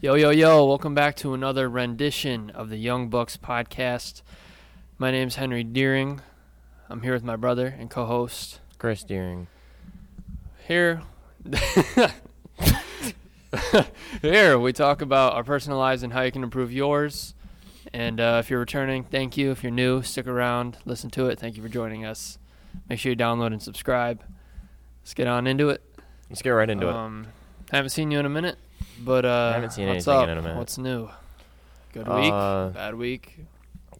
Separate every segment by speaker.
Speaker 1: Yo, yo, yo, welcome back to another rendition of the Young Bucks podcast. My name's Henry Deering. I'm here with my brother and co host.
Speaker 2: Chris Deering.
Speaker 1: Here, here we talk about our personal lives and how you can improve yours. And uh, if you're returning, thank you. If you're new, stick around, listen to it. Thank you for joining us. Make sure you download and subscribe. Let's get on into it.
Speaker 2: Let's get right into it.
Speaker 1: um, Haven't seen you in a minute, but uh,
Speaker 2: haven't seen
Speaker 1: what's
Speaker 2: anything
Speaker 1: up?
Speaker 2: in a minute.
Speaker 1: What's new? Good week,
Speaker 2: Uh,
Speaker 1: bad week.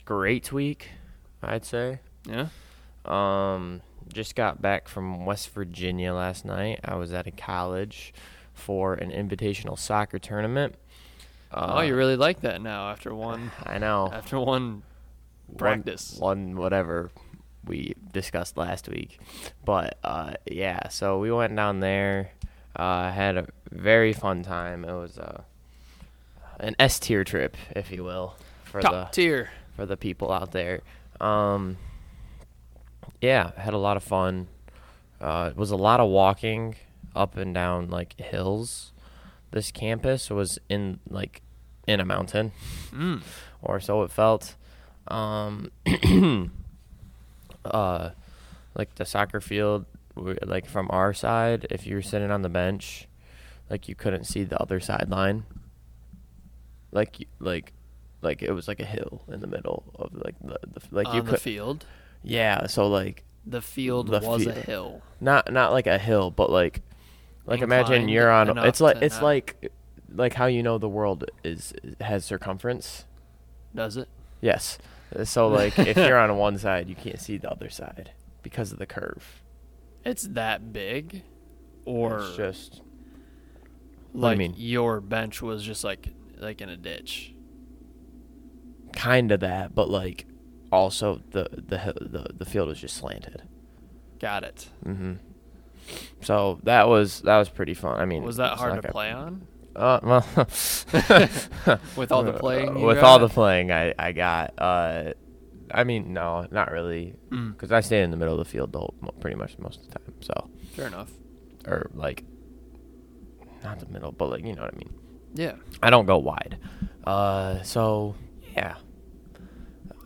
Speaker 2: Great week, I'd say.
Speaker 1: Yeah.
Speaker 2: Um, just got back from West Virginia last night. I was at a college for an invitational soccer tournament. Uh, Oh.
Speaker 1: oh, you really like that now after one
Speaker 2: I know.
Speaker 1: after one
Speaker 2: One-
Speaker 1: practice.
Speaker 2: one, whatever we discussed last week but uh yeah so we went down there uh had a very fun time it was uh an s tier trip if you will for
Speaker 1: top
Speaker 2: the
Speaker 1: tier.
Speaker 2: for the people out there um yeah had a lot of fun uh it was a lot of walking up and down like hills this campus was in like in a mountain
Speaker 1: Mm.
Speaker 2: or so it felt. Um, uh, like the soccer field, w- like from our side, if you were sitting on the bench, like you couldn't see the other sideline. Like y- like, like it was like a hill in the middle of like the, the like
Speaker 1: on
Speaker 2: you
Speaker 1: the
Speaker 2: could
Speaker 1: field,
Speaker 2: yeah. So like
Speaker 1: the field
Speaker 2: The
Speaker 1: was a
Speaker 2: field.
Speaker 1: hill.
Speaker 2: not not like a hill, but like like imagine
Speaker 1: Inclined
Speaker 2: you're on
Speaker 1: enough
Speaker 2: it's like
Speaker 1: to
Speaker 2: it's
Speaker 1: not-
Speaker 2: like like how you know the world is has circumference.
Speaker 1: Does it?
Speaker 2: Yes. Uh, So like if you're on one side, you can't see the other side because of the curve.
Speaker 1: It's that big, or
Speaker 2: it's just
Speaker 1: like
Speaker 2: what do you mean?
Speaker 1: your bench was just like like in a ditch.
Speaker 2: kind of that, but like also the the hi- the, the field is just slanted.
Speaker 1: Got it.
Speaker 2: Mhm. So that was that was pretty fun. I mean,
Speaker 1: Was that
Speaker 2: it's
Speaker 1: hard
Speaker 2: not
Speaker 1: to
Speaker 2: gonna-
Speaker 1: play on?
Speaker 2: Uh, well,
Speaker 1: With all the
Speaker 2: uh,
Speaker 1: playing you
Speaker 2: with all
Speaker 1: got?
Speaker 2: the playing I I got. Uh, I mean, no, not really,
Speaker 1: Mm.
Speaker 2: because I stayed in the middle of the field the whole, mo- pretty much most of the time. So,
Speaker 1: Fair enough.
Speaker 2: or like not the middle, but like you know what I mean.
Speaker 1: Yeah.
Speaker 2: I don't go wide. Uh, so yeah.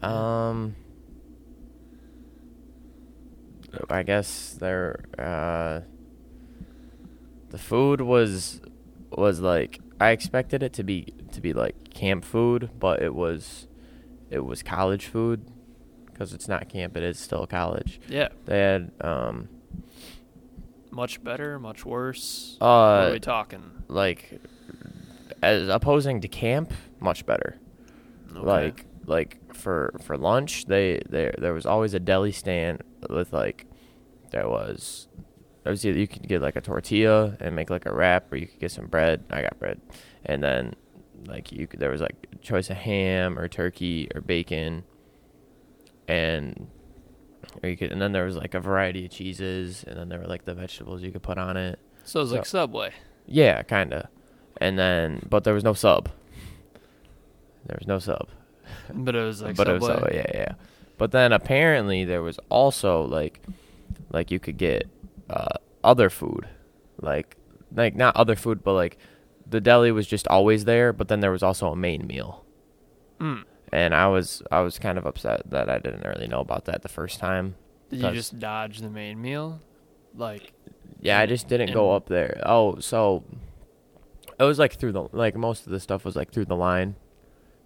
Speaker 2: Um, I guess there. Uh, the food was was like I expected it to be to be like camp food, but it was it was college food because it's not camp; it is still college.
Speaker 1: Yeah.
Speaker 2: They had um
Speaker 1: Much better. Much worse. what
Speaker 2: uh
Speaker 1: are we talking?
Speaker 2: like as opposing to camp, much better.
Speaker 1: Okay.
Speaker 2: like like for for lunch they there there was always a deli stand with like there was there was either you could get like a tortilla and make like a wrap or you could get some bread i got bread and then like you could, there was like a choice of ham or turkey or bacon and or you could and then there was like a variety of cheeses and then there were like the vegetables you could put on it
Speaker 1: so it's like
Speaker 2: so-
Speaker 1: Subway.
Speaker 2: yeah, kind of. And then, but there was no sub. There was no sub.
Speaker 1: But it was like
Speaker 2: but it
Speaker 1: Subway.
Speaker 2: was Subway, yeah, yeah. But then apparently there was also like, like you could get uh, other food, like like not other food, but like the deli was just always there. But then there was also a main meal,
Speaker 1: Mm.
Speaker 2: and I was I was kind of upset that I didn't really know about that the first time.
Speaker 1: Did you
Speaker 2: That's-
Speaker 1: just dodge the main meal? Like,
Speaker 2: Yeah, I just didn't go
Speaker 1: And-
Speaker 2: up there. Oh, so it was like through the like most of the stuff was like through the line.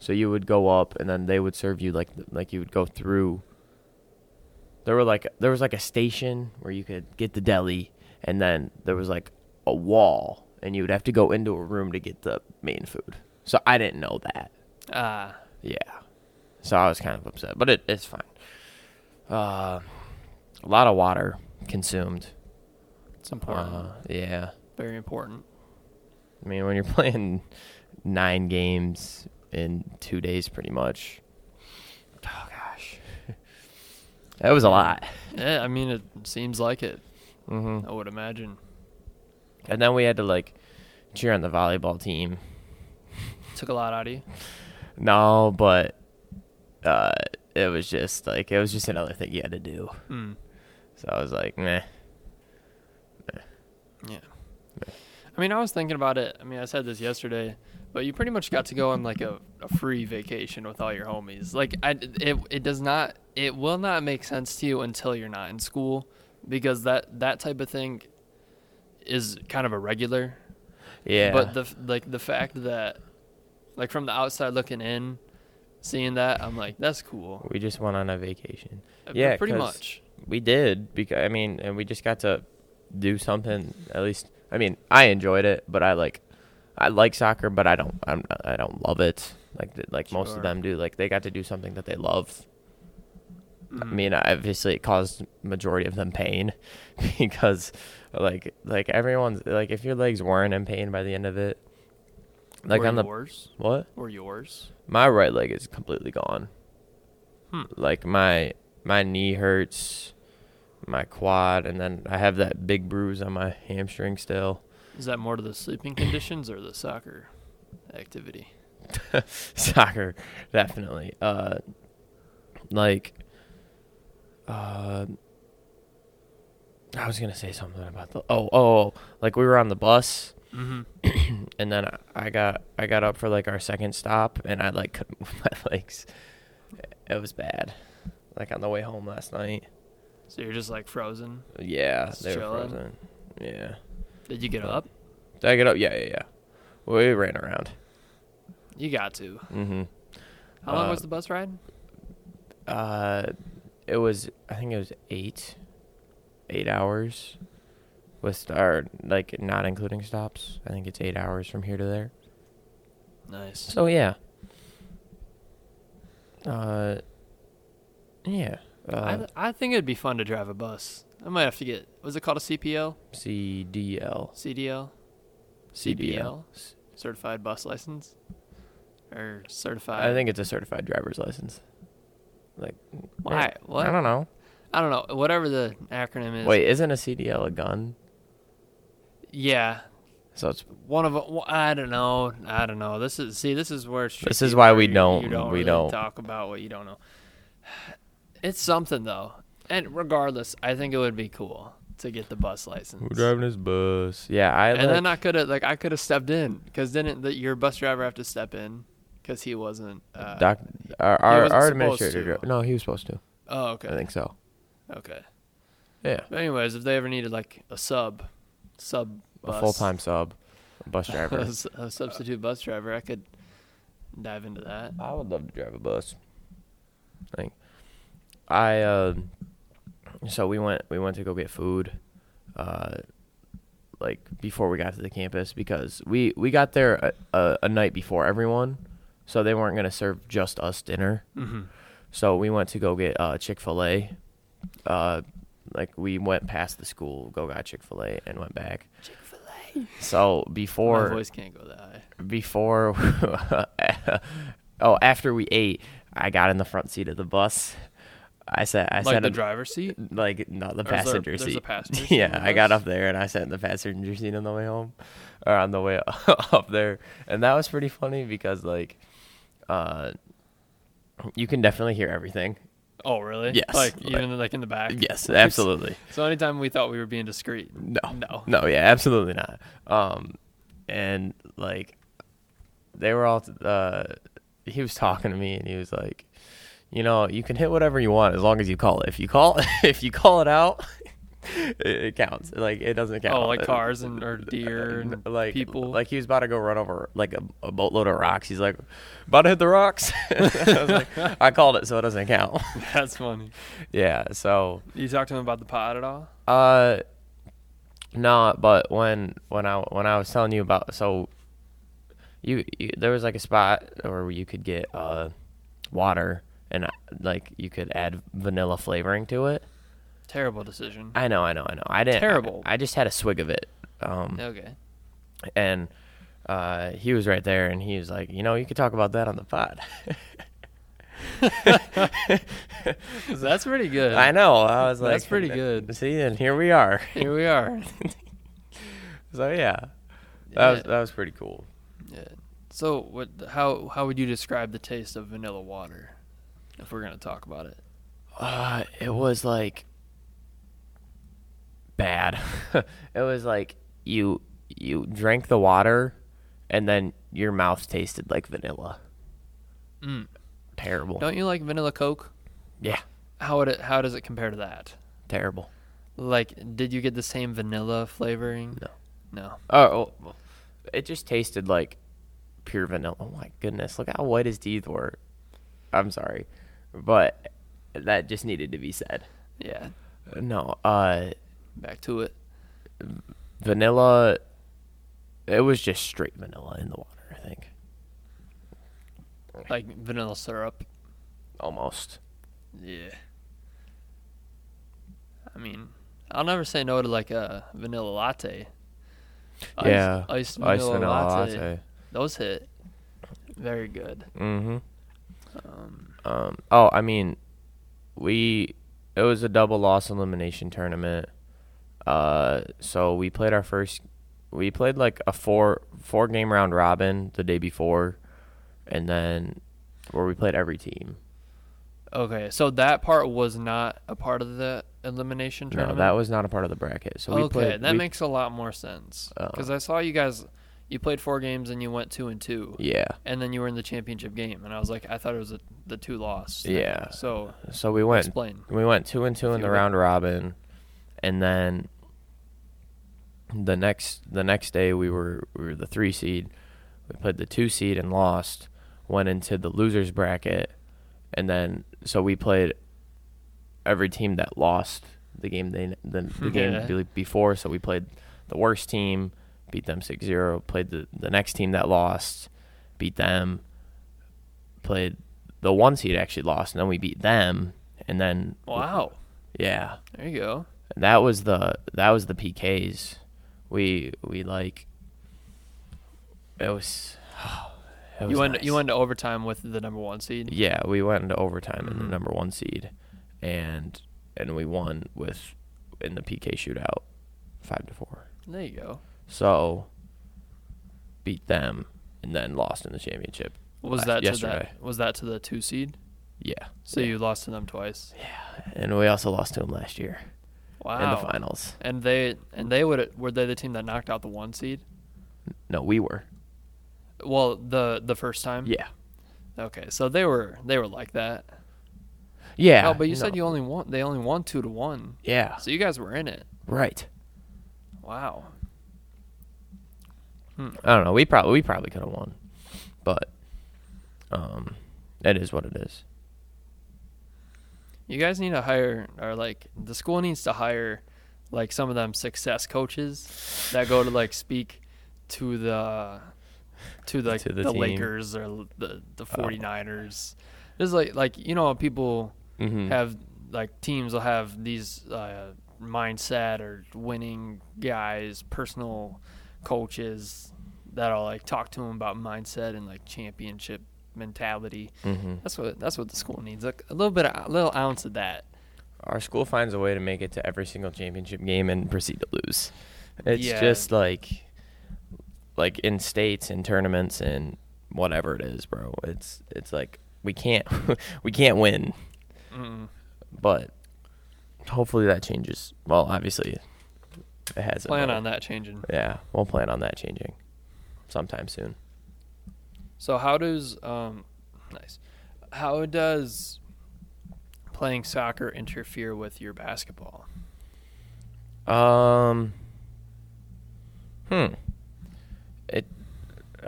Speaker 2: So you would go up and then they would serve you like like you would go through. There were like there was like a station where you could get the deli and then there was like a wall and you would have to go into a room to get the main food. So I didn't know that.
Speaker 1: ah,
Speaker 2: Yeah. So I was kind of upset, but it, it's fine. Uh, a lot of water consumed.
Speaker 1: it's important.
Speaker 2: Uh, yeah.
Speaker 1: Very important.
Speaker 2: I mean, when you're playing nine games in two days, pretty much. Oh gosh, that was a lot.
Speaker 1: yeah, I mean, it seems like it.
Speaker 2: hmm
Speaker 1: I would imagine.
Speaker 2: And then we had to like cheer on the volleyball team.
Speaker 1: Took a lot out of you.
Speaker 2: No, but uh, it was just like it was just another thing you had to do.
Speaker 1: Mm.
Speaker 2: So I was like, meh.
Speaker 1: Yeah. I mean, I was thinking about it. I mean, I said this yesterday, but you pretty much got to go on like a, a free vacation with all your homies. Like, I, it it does not, it will not make sense to you until you're not in school, because that that type of thing is kind of irregular.
Speaker 2: Yeah.
Speaker 1: But the f- like the fact that, like from the outside looking in, seeing that, I'm like, that's cool.
Speaker 2: we just went on a vacation.
Speaker 1: Uh,
Speaker 2: Yeah,
Speaker 1: pretty
Speaker 2: 'cause-
Speaker 1: much.
Speaker 2: We did because I mean, and we just got to do something. At least I mean, I enjoyed it, but I like I like soccer, but I don't I'm, I don't love it. Like th- like most
Speaker 1: Sure.
Speaker 2: of them do. Like they got to do something that they love. I
Speaker 1: Mhm.
Speaker 2: mean, obviously it caused majority of them pain because like like everyone's like if your legs weren't in pain by the end of it,
Speaker 1: Mm-hmm.
Speaker 2: like
Speaker 1: Were
Speaker 2: on the
Speaker 1: yours
Speaker 2: what
Speaker 1: or yours.
Speaker 2: my right leg is completely gone.
Speaker 1: Hmm.
Speaker 2: Like my my knee hurts, my quad, and then I have that big bruise on my hamstring still.
Speaker 1: Is that more to the sleeping conditions or the soccer activity?
Speaker 2: Soccer, definitely. Uh, like, uh, I was gonna say something about the oh oh like we were on the bus
Speaker 1: Mm-hmm.
Speaker 2: and then I- I got I got up for like our second stop, and I like couldn't move my legs. It was bad. Like on the way home last night.
Speaker 1: So you're just like frozen.
Speaker 2: Yeah,
Speaker 1: Just
Speaker 2: they were
Speaker 1: chilling?
Speaker 2: frozen. Yeah.
Speaker 1: Did you get
Speaker 2: Yeah.
Speaker 1: up?
Speaker 2: Did I get up? Yeah, yeah, yeah. We ran around.
Speaker 1: You got to.
Speaker 2: Mm-hmm.
Speaker 1: How long
Speaker 2: Uh,
Speaker 1: was the bus ride?
Speaker 2: Uh, it was I think it was eight, eight hours, with or like not including stops. I think it's eight hours from here to there.
Speaker 1: Nice.
Speaker 2: So yeah. Uh, yeah.
Speaker 1: I,
Speaker 2: Uh,
Speaker 1: th- I think it'd be fun to drive a bus. I might have to get. Was it called a CPL?
Speaker 2: CDL.
Speaker 1: CDL? CBL? Certified bus license? Or certified?
Speaker 2: I think it's a certified driver's license. Like
Speaker 1: Why? What?
Speaker 2: I don't know.
Speaker 1: I don't know. Whatever the acronym is.
Speaker 2: Wait, isn't a CDL a gun?
Speaker 1: Yeah.
Speaker 2: So it's
Speaker 1: One of. a- wh- I don't know. I don't know. This is. See, this is where it's.
Speaker 2: This
Speaker 1: tricky,
Speaker 2: is why
Speaker 1: where
Speaker 2: we
Speaker 1: you- you
Speaker 2: don't- we
Speaker 1: really
Speaker 2: don't.
Speaker 1: talk about what you don't know. It's something though, and regardless, I think it would be cool to get the bus license.
Speaker 2: this bus? Yeah, I
Speaker 1: and
Speaker 2: like,
Speaker 1: then I could have like I could have stepped in because didn't the, your bus driver have to step in because he wasn't. Uh,
Speaker 2: doc, our our,
Speaker 1: wasn't
Speaker 2: our
Speaker 1: supposed
Speaker 2: administrator.
Speaker 1: to.
Speaker 2: dro- No, he was supposed to.
Speaker 1: oh, okay.
Speaker 2: I think so.
Speaker 1: Okay.
Speaker 2: Yeah,
Speaker 1: But anyways, if they ever needed like a sub, sub bus,
Speaker 2: a full time sub, a bus
Speaker 1: a,
Speaker 2: driver.
Speaker 1: s- a substitute bus driver, I could dive into that.
Speaker 2: I would love to drive a bus. Like, I uh, so we went we went to go get food, uh, like before we got to the campus because we we got there a, a, a night before everyone, so they weren't gonna serve just us dinner.
Speaker 1: Mm-hmm.
Speaker 2: So we went to go get uh, Chick Fil A. Uh, like we went past the school, go got Chick Fil A, and went back. Chick Fil A. So
Speaker 1: Or
Speaker 2: before
Speaker 1: My voice can't go that high.
Speaker 2: before oh after we ate, I got in the front seat of the bus. I said I
Speaker 1: like
Speaker 2: said
Speaker 1: the driver's seat.
Speaker 2: like no
Speaker 1: Or
Speaker 2: the
Speaker 1: is there-
Speaker 2: passenger
Speaker 1: there's a
Speaker 2: seat.
Speaker 1: passenger seat
Speaker 2: yeah,
Speaker 1: on the
Speaker 2: I got
Speaker 1: bus?
Speaker 2: up there and I sat in the passenger seat on the way home, or on the way up there, and that was pretty funny because like, uh, you can definitely hear everything.
Speaker 1: Oh, really?
Speaker 2: Yes.
Speaker 1: Like
Speaker 2: Like-
Speaker 1: even like in the back.
Speaker 2: Yes, absolutely.
Speaker 1: So anytime we thought we were being discreet,
Speaker 2: No.
Speaker 1: no.
Speaker 2: No, yeah, absolutely not. Um, and like, they were all. Uh, he was talking to me, and he was like, "You know, you can hit whatever you want as long as you call it. If you call, if you call it out, it, it counts. Like, it doesn't count. Uh,
Speaker 1: Oh, like cars and or deer and
Speaker 2: like
Speaker 1: people.
Speaker 2: Like he was about to go run over like a, a boatload of rocks. He's like, about to hit the rocks. I, was like, I called it, so it doesn't count.
Speaker 1: that's funny.
Speaker 2: yeah. So
Speaker 1: You talk to him about the pod at all?
Speaker 2: uh, no, but when when I when I was telling you about so, you, you there was like a spot where you could get uh, water and uh, like you could add vanilla flavoring to it.
Speaker 1: Terrible decision.
Speaker 2: I know, I know, I know. I didn't.
Speaker 1: Terrible.
Speaker 2: I, I just had a swig of it. Um,
Speaker 1: okay.
Speaker 2: and uh, he was right there, and he was like, you know, you could talk about that on the pod.
Speaker 1: That's pretty good.
Speaker 2: I know. I was like,
Speaker 1: That's pretty good.
Speaker 2: See, and here we are.
Speaker 1: Here we are.
Speaker 2: So yeah, that was
Speaker 1: Yeah.
Speaker 2: that was pretty cool.
Speaker 1: Yeah. So, what? How how would you describe the taste of vanilla water? If we're gonna talk about it,
Speaker 2: Uh, it was like bad. it was like you you drank the water, and then your mouth tasted like vanilla.
Speaker 1: Mm.
Speaker 2: Terrible.
Speaker 1: Don't you like vanilla Coke?
Speaker 2: yeah,
Speaker 1: How would it? How does it compare to that?
Speaker 2: terrible.
Speaker 1: Like, did you get the same vanilla flavoring?
Speaker 2: No.
Speaker 1: No.
Speaker 2: Oh, well, it just tasted like pure vanilla. Oh my goodness! Look how white his teeth were. I'm sorry, but that just needed to be said.
Speaker 1: Yeah.
Speaker 2: No, uh,
Speaker 1: Back to it.
Speaker 2: vanilla. It was just straight vanilla in the water. I think
Speaker 1: Like vanilla syrup.
Speaker 2: almost.
Speaker 1: Yeah. I mean, I'll never say no to like a vanilla latte. Iced-
Speaker 2: yeah,
Speaker 1: Iced vanilla,
Speaker 2: Iced vanilla
Speaker 1: latte.
Speaker 2: latte.
Speaker 1: Those hit. Very good.
Speaker 2: Mm-hmm.
Speaker 1: Um,
Speaker 2: Um, oh, I mean, we it was a double loss elimination tournament. Uh, so we played our first. We played like a four four game round robin the day before, and then where we played every team.
Speaker 1: okay, so that part was not a part of the elimination
Speaker 2: No,
Speaker 1: tournament.
Speaker 2: that was not a part of the bracket. So we
Speaker 1: okay,
Speaker 2: played.
Speaker 1: that
Speaker 2: we-
Speaker 1: makes a lot more sense
Speaker 2: Oh.
Speaker 1: because I saw you guys. You played four games and you went two and two,
Speaker 2: yeah.
Speaker 1: and then you were in the championship game. And I was like, I thought it was a, the two loss. thing.
Speaker 2: Yeah.
Speaker 1: So
Speaker 2: So we went
Speaker 1: explain.
Speaker 2: We went two and two in the
Speaker 1: Theory.
Speaker 2: round robin, and then the next the next day we were we were the three seed. We played the two seed and lost. Went into the losers bracket, and then so we played every team that lost the game they the, the game
Speaker 1: Yeah.
Speaker 2: be- before. So we played the worst team, beat them 6-0, Played the the next team that lost, beat them. Played the one seed actually lost, and then we beat them, and then
Speaker 1: Wow.
Speaker 2: yeah,
Speaker 1: There you go.
Speaker 2: that was the that was the PKs. We we like it was. it was
Speaker 1: you went
Speaker 2: nice.
Speaker 1: you went to overtime with the number one seed.
Speaker 2: Yeah, we went into overtime in
Speaker 1: Mhm.
Speaker 2: the number one seed, and and we won with in the PK shootout, five to four.
Speaker 1: There you go.
Speaker 2: So beat them and then lost in the championship.
Speaker 1: Was
Speaker 2: Last-
Speaker 1: that to
Speaker 2: yesterday.
Speaker 1: that was that to the two seed?
Speaker 2: Yeah.
Speaker 1: So you lost to them twice.
Speaker 2: and we also lost to them last year
Speaker 1: Wow.
Speaker 2: in the finals.
Speaker 1: And they and they would were they the team that knocked out the one seed?
Speaker 2: No, we were.
Speaker 1: Well, the the first time.
Speaker 2: Yeah.
Speaker 1: Okay, so they were they were like that.
Speaker 2: Yeah.
Speaker 1: oh, but you
Speaker 2: no.
Speaker 1: said you only won. They only won two to one.
Speaker 2: Yeah.
Speaker 1: So you guys were in it.
Speaker 2: Right.
Speaker 1: Wow.
Speaker 2: I don't know. We probably we probably could have won, but um, that is what it is.
Speaker 1: You guys need to hire or like the school needs to hire like some of them success coaches that go to like speak to the to like
Speaker 2: To
Speaker 1: the,
Speaker 2: the team. Oh.
Speaker 1: Lakers or the the 49ers. There's like like you know how people
Speaker 2: Mm-hmm.
Speaker 1: have like teams will have these uh, mindset or winning guys, personal coaches that'll like talk to them about mindset and like championship mentality.
Speaker 2: mm-hmm.
Speaker 1: That's what that's what the school needs. Like a little bit, of, a little ounce of that.
Speaker 2: Our school finds a way to make it to every single championship game and proceed to lose. It's
Speaker 1: Yeah.
Speaker 2: just like, like in states and tournaments and whatever it is, bro. It's it's like we can't we can't win, Mm-hmm.
Speaker 1: Mm.
Speaker 2: but hopefully that changes. Well, obviously, it hasn't.
Speaker 1: Plan
Speaker 2: but-
Speaker 1: on that changing.
Speaker 2: Yeah, we'll plan on that changing sometime soon.
Speaker 1: So how does um, nice? How does playing soccer interfere with your basketball?
Speaker 2: Um. Hmm. It.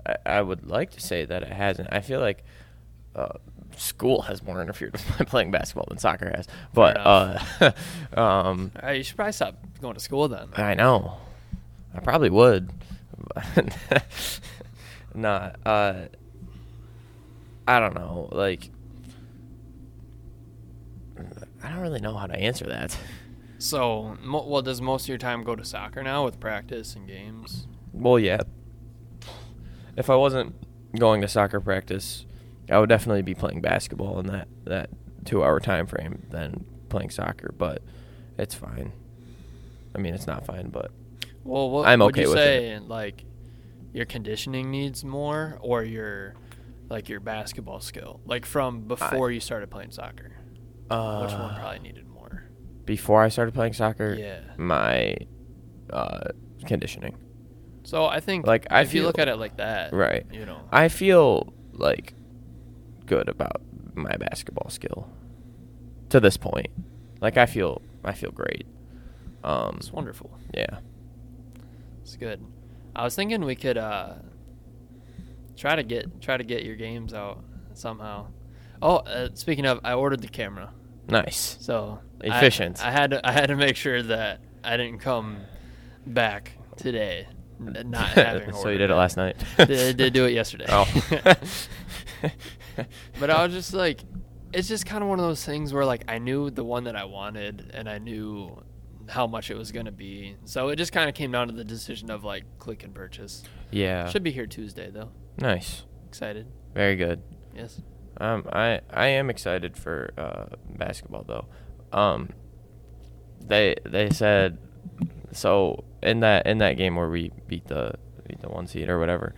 Speaker 2: I, I would like to say that it hasn't. I feel like uh, school has more interfered with my playing basketball than soccer has. But uh, um,
Speaker 1: All right, you should probably stop going to school then.
Speaker 2: I know. I probably would. nah. Uh, I don't know. Like, I don't really know how to answer that.
Speaker 1: So, mo- well, does most of your time go to soccer now with practice and games?
Speaker 2: Well, yeah. If I wasn't going to soccer practice, I would definitely be playing basketball in that that two hour time frame than playing soccer. But it's fine. I mean, it's not fine, but
Speaker 1: Well, what
Speaker 2: I'm
Speaker 1: would
Speaker 2: okay
Speaker 1: you
Speaker 2: with
Speaker 1: say like your conditioning needs more or your like your basketball skill? Like from before you started playing soccer,
Speaker 2: uh,
Speaker 1: which one probably needed more?
Speaker 2: before I started playing soccer,
Speaker 1: Yeah.
Speaker 2: my uh, conditioning.
Speaker 1: So I think
Speaker 2: Like, I
Speaker 1: if you look
Speaker 2: feel-
Speaker 1: at it like that,
Speaker 2: Right.
Speaker 1: You know,
Speaker 2: I feel like good about my basketball skill to this point. Like I feel I feel great. Um
Speaker 1: it's wonderful.
Speaker 2: Yeah.
Speaker 1: It's good. I was thinking we could uh, try to get try to get your games out somehow. Oh, uh, speaking of, I ordered the camera,
Speaker 2: Nice.
Speaker 1: so I-
Speaker 2: Efficient.
Speaker 1: I, had to, I had to make sure that I didn't come back today, n- not having.
Speaker 2: so
Speaker 1: ordered
Speaker 2: you did it last night.
Speaker 1: Did- did do it yesterday.
Speaker 2: Oh.
Speaker 1: But I was just like, it's just kind of one of those things where like I knew the one that I wanted and I knew how much it was gonna be, so it just kind of came down to the decision of like click and purchase.
Speaker 2: yeah.
Speaker 1: Should be here Tuesday though.
Speaker 2: nice.
Speaker 1: Excited.
Speaker 2: Very good.
Speaker 1: Yes.
Speaker 2: Um, I I am excited for uh, basketball though. Um, they they said so in that in that game where we beat the beat the one seed or whatever.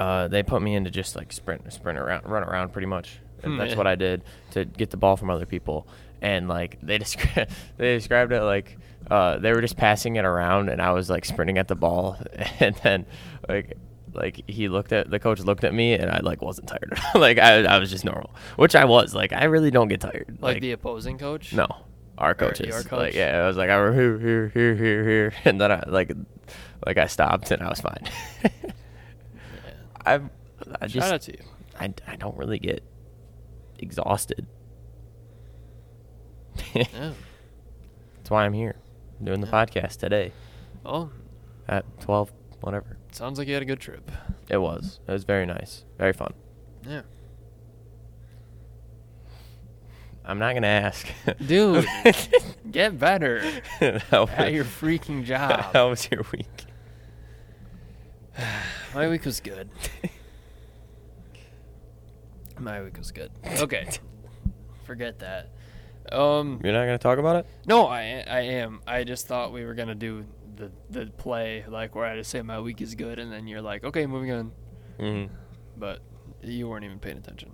Speaker 2: Uh, they put me into just like sprint sprint around run around pretty much. And
Speaker 1: Hmm,
Speaker 2: that's
Speaker 1: yeah.
Speaker 2: what I did to get the ball from other people. And like they descri- they described it like uh, they were just passing it around and I was like sprinting at the ball and then like like he looked at the coach looked at me and I like wasn't tired. like I, I was just normal, which I was. Like I really don't get tired.
Speaker 1: Like, the opposing coach.
Speaker 2: No, our coaches.
Speaker 1: your coach?
Speaker 2: Like, yeah, I was like, I were here, here, here, here, here, and then I like, like I stopped and I was fine.
Speaker 1: Yeah.
Speaker 2: I'm, I just,
Speaker 1: Shout out to you.
Speaker 2: I, I don't really get exhausted.
Speaker 1: Yeah.
Speaker 2: That's why I'm here, doing the
Speaker 1: Oh. Yeah.
Speaker 2: podcast today
Speaker 1: Oh,
Speaker 2: at twelve, whatever.
Speaker 1: sounds like you had a good trip.
Speaker 2: It was. It was very nice, very fun.
Speaker 1: Yeah.
Speaker 2: I'm not gonna ask,
Speaker 1: Dude, Get better
Speaker 2: How
Speaker 1: at
Speaker 2: was-
Speaker 1: your freaking job.
Speaker 2: How was your week?
Speaker 1: My week was good. My week was good. Okay. Forget that. Um
Speaker 2: You're not gonna talk about it?
Speaker 1: no, I I am. I just thought we were going to do the the play like where I just say my week is good and then you're like, "Okay, moving on."
Speaker 2: Mm.
Speaker 1: but you weren't even paying attention.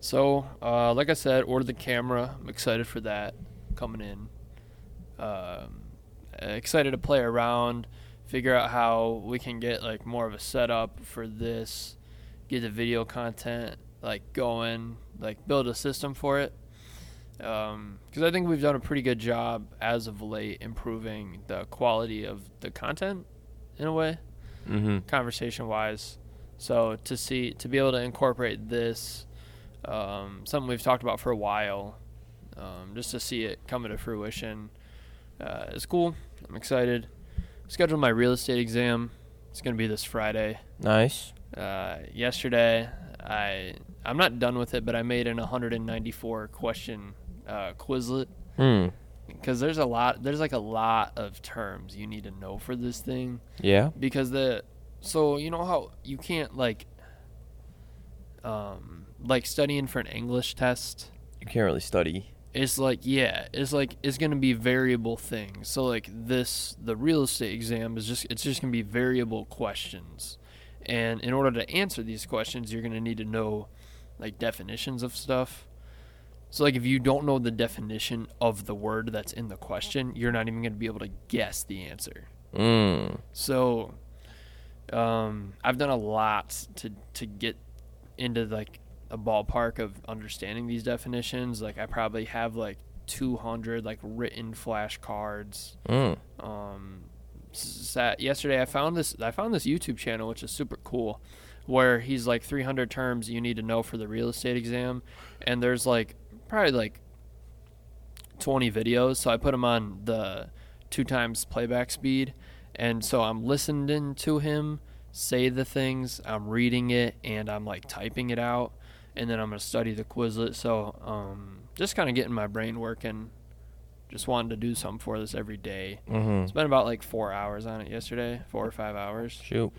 Speaker 1: So, uh, like I said, ordered the camera. I'm excited for that coming in. Um, excited to play around, figure out how we can get like more of a setup for this, get the video content like going, like build a system for it. Because I think we've done a pretty good job as of late improving the quality of the content in a way
Speaker 2: Mm-hmm.
Speaker 1: conversation wise. So to see to be able to incorporate this, um, something we've talked about for a while, um, just to see it come into fruition, uh, is cool. I'm excited. Scheduled my real estate exam. It's gonna be this Friday.
Speaker 2: Nice.
Speaker 1: Uh, yesterday, I I'm not done with it, but I made an 194 question uh, Quizlet
Speaker 2: Mm.
Speaker 1: because there's a lot there's like a lot of terms you need to know for this thing
Speaker 2: Yeah.
Speaker 1: because the so you know how you can't like um like studying for an english test
Speaker 2: You can't really study.
Speaker 1: it's like yeah it's like it's gonna be variable things so like this the real estate exam is just it's just gonna be variable questions and in order to answer these questions you're gonna need to know like definitions of stuff so like if you don't know the definition of the word that's in the question you're not even gonna be able to guess the answer
Speaker 2: Mm.
Speaker 1: so, um, I've done a lot to to get into like a ballpark of understanding these definitions. Like I probably have like 200 like written flashcards.
Speaker 2: Mm.
Speaker 1: Um, sat, yesterday I found this I found this YouTube channel which is super cool, where he's like 300 terms you need to know for the real estate exam, and there's like probably like 20 videos. So I put them on the two times playback speed. And so I'm listening to him say the things, I'm reading it, and I'm like typing it out. And then I'm going to study the Quizlet. So um, just kind of getting my brain working. Just wanting to do something for this every day.
Speaker 2: Mm-hmm.
Speaker 1: Spent about like four hours on it yesterday, four or five hours.
Speaker 2: Shoot.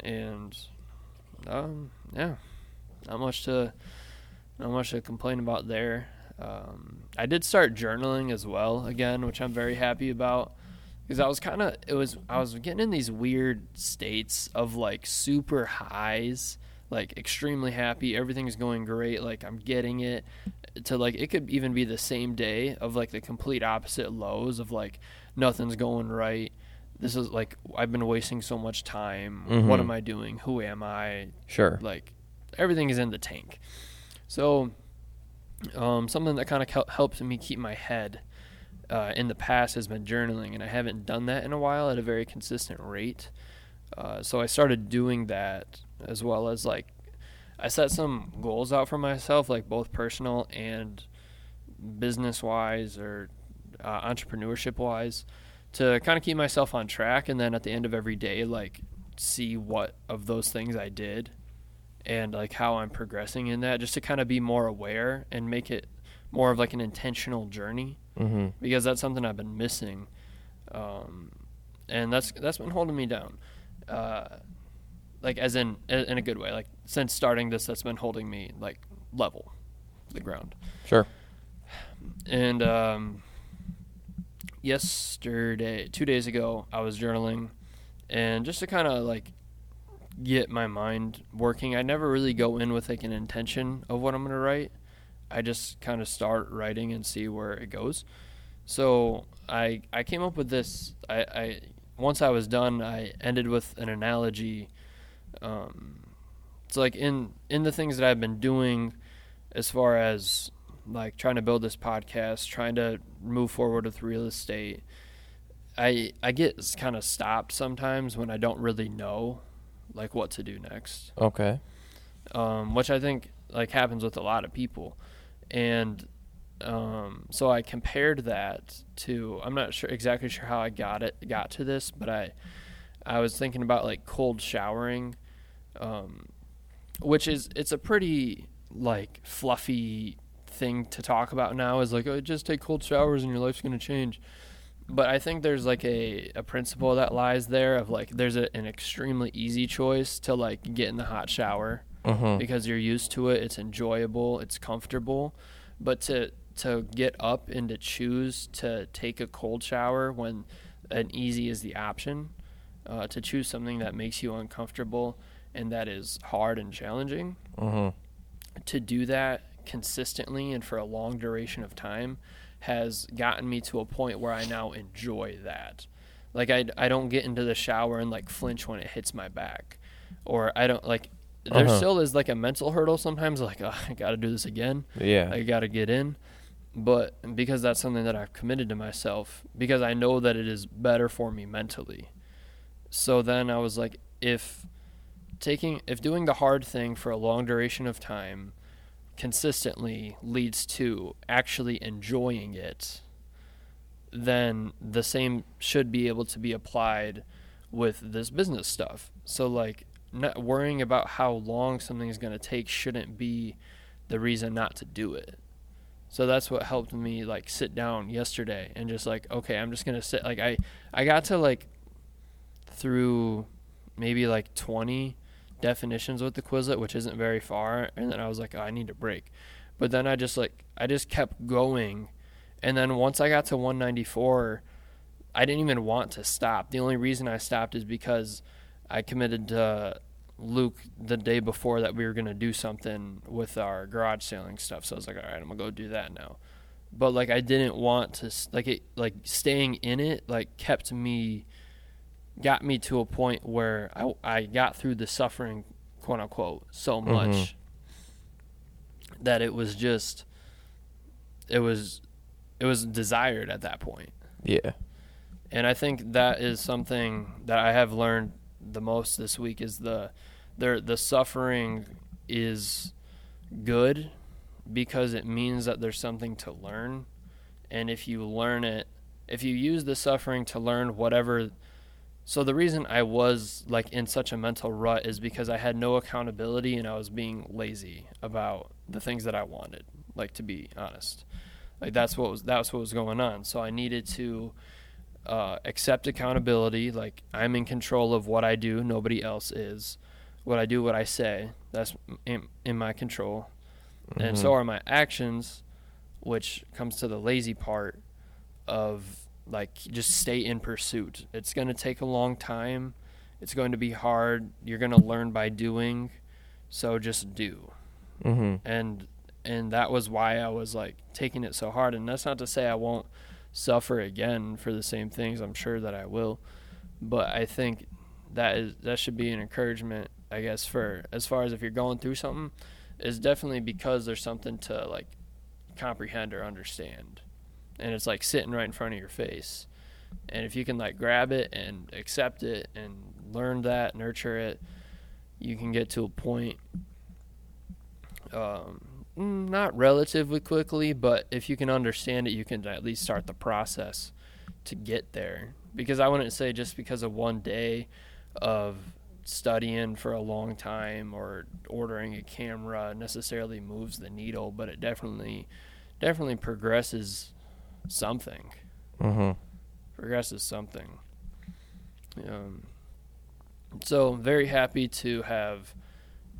Speaker 1: And um, yeah, not much to not much to complain about there. Um, I did start journaling as well again, which I'm very happy about because I was kind of it was I was getting in these weird states of like super highs, like extremely happy, everything's going great, like I'm getting it to like it could even be the same day of like the complete opposite lows of like nothing's going right, this is like I've been wasting so much time. What
Speaker 2: Mhm.
Speaker 1: am I doing? Who am I?
Speaker 2: Sure.
Speaker 1: Like everything is in the tank. So um, something that kind of hel- helps me keep my head uh, in the past has been journaling, and I haven't done that in a while at a very consistent rate. Uh, so I started doing that as well as like I set some goals out for myself, like both personal and business wise or uh, entrepreneurship wise, to kind of keep myself on track. And then at the end of every day, like see what of those things I did and like how I'm progressing in that, just to kind of be more aware and make it more of like an intentional journey
Speaker 2: Mm-hmm.
Speaker 1: because that's something I've been missing, um, and that's that's been holding me down, uh, like as in in a good way. Like since starting this, that's been holding me like level, to the ground.
Speaker 2: Sure.
Speaker 1: And um, yesterday, two days ago, I was journaling, and just to kind of like get my mind working, I never really go in with like an intention of what I'm gonna write. I just kind of start writing and see where it goes. So I I came up with this. I, I once I was done, I ended with an analogy. Um, it's like in in the things that I've been doing, as far as like trying to build this podcast, trying to move forward with real estate. I I get kind of stopped sometimes when I don't really know like what to do next
Speaker 2: Okay.
Speaker 1: um, which I think like happens with a lot of people. And um, so I compared that to I'm not sure exactly sure how I got it got to this, but I I was thinking about like cold showering, um, which is it's a pretty like fluffy thing to talk about now is like oh just take cold showers and your life's gonna change. But I think there's like a, a principle that lies there of like there's a, an extremely easy choice to like get in the hot shower
Speaker 2: Mm-hmm.
Speaker 1: because you're used to it it's enjoyable it's comfortable but to to get up and to choose to take a cold shower when an easy is the option uh, to choose something that makes you uncomfortable and that is hard and challenging
Speaker 2: Mm-hmm.
Speaker 1: to do that consistently and for a long duration of time has gotten me to a point where I now enjoy that. Like I, I don't get into the shower and like flinch when it hits my back, or I don't like. There
Speaker 2: Uh-huh.
Speaker 1: still is like a mental hurdle sometimes. Like oh, I got to do this again.
Speaker 2: Yeah.
Speaker 1: I got to get in. But because that's something that I've committed to myself, because I know that it is better for me mentally. So then I was like, if taking, if doing the hard thing for a long duration of time consistently leads to actually enjoying it, then the same should be able to be applied with this business stuff. So, like, not worrying about how long something is going to take shouldn't be the reason not to do it. So that's what helped me like sit down yesterday and just like okay, I'm just going to sit like I I got to like through maybe like 20 definitions with the Quizlet, which isn't very far, and then I was like oh, I need a break. But then I just like I just kept going and then once I got to 194, I didn't even want to stop. The only reason I stopped is because I committed to Luke the day before that we were gonna do something with our garage sailing stuff. So I was like, all right, I'm gonna go do that now. But like, I didn't want to s- like it like staying in it like kept me got me to a point where I I got through the suffering quote unquote so much that it was just it was it was desired at that point.
Speaker 2: Yeah.
Speaker 1: And I think that is something that I have learned the most this week is the there the suffering is good because it means that there's something to learn. And if you learn it, if you use the suffering to learn whatever so the reason I was like in such a mental rut is because I had no accountability and I was being lazy about the things that I wanted, like to be honest. Like that's what was that's what was going on. So I needed to uh, accept accountability. Like I'm in control of what I do. Nobody else is. What I do, what I say, that's in, in my control. And so are my actions, which comes to the lazy part of like just stay in pursuit. It's going to take a long time. It's going to be hard. You're going to learn by doing. So just do
Speaker 2: Mm-hmm.
Speaker 1: and and that was why I was like taking it so hard. And that's not to say I won't suffer again for the same things. I'm sure that I will, But I think that is that should be an encouragement, I guess, for as far as if you're going through something, is definitely because there's something to like comprehend or understand, and it's like sitting right in front of your face, and if you can like grab it and accept it and learn that, nurture it, you can get to a point. Um, mm, not relatively quickly, but if you can understand it, you can at least start the process to get there. Because I wouldn't say just because of one day of studying for a long time or ordering a camera necessarily moves the needle, but it definitely definitely progresses something.
Speaker 2: Mm-hmm.
Speaker 1: Progresses something. Um, so I'm very happy to have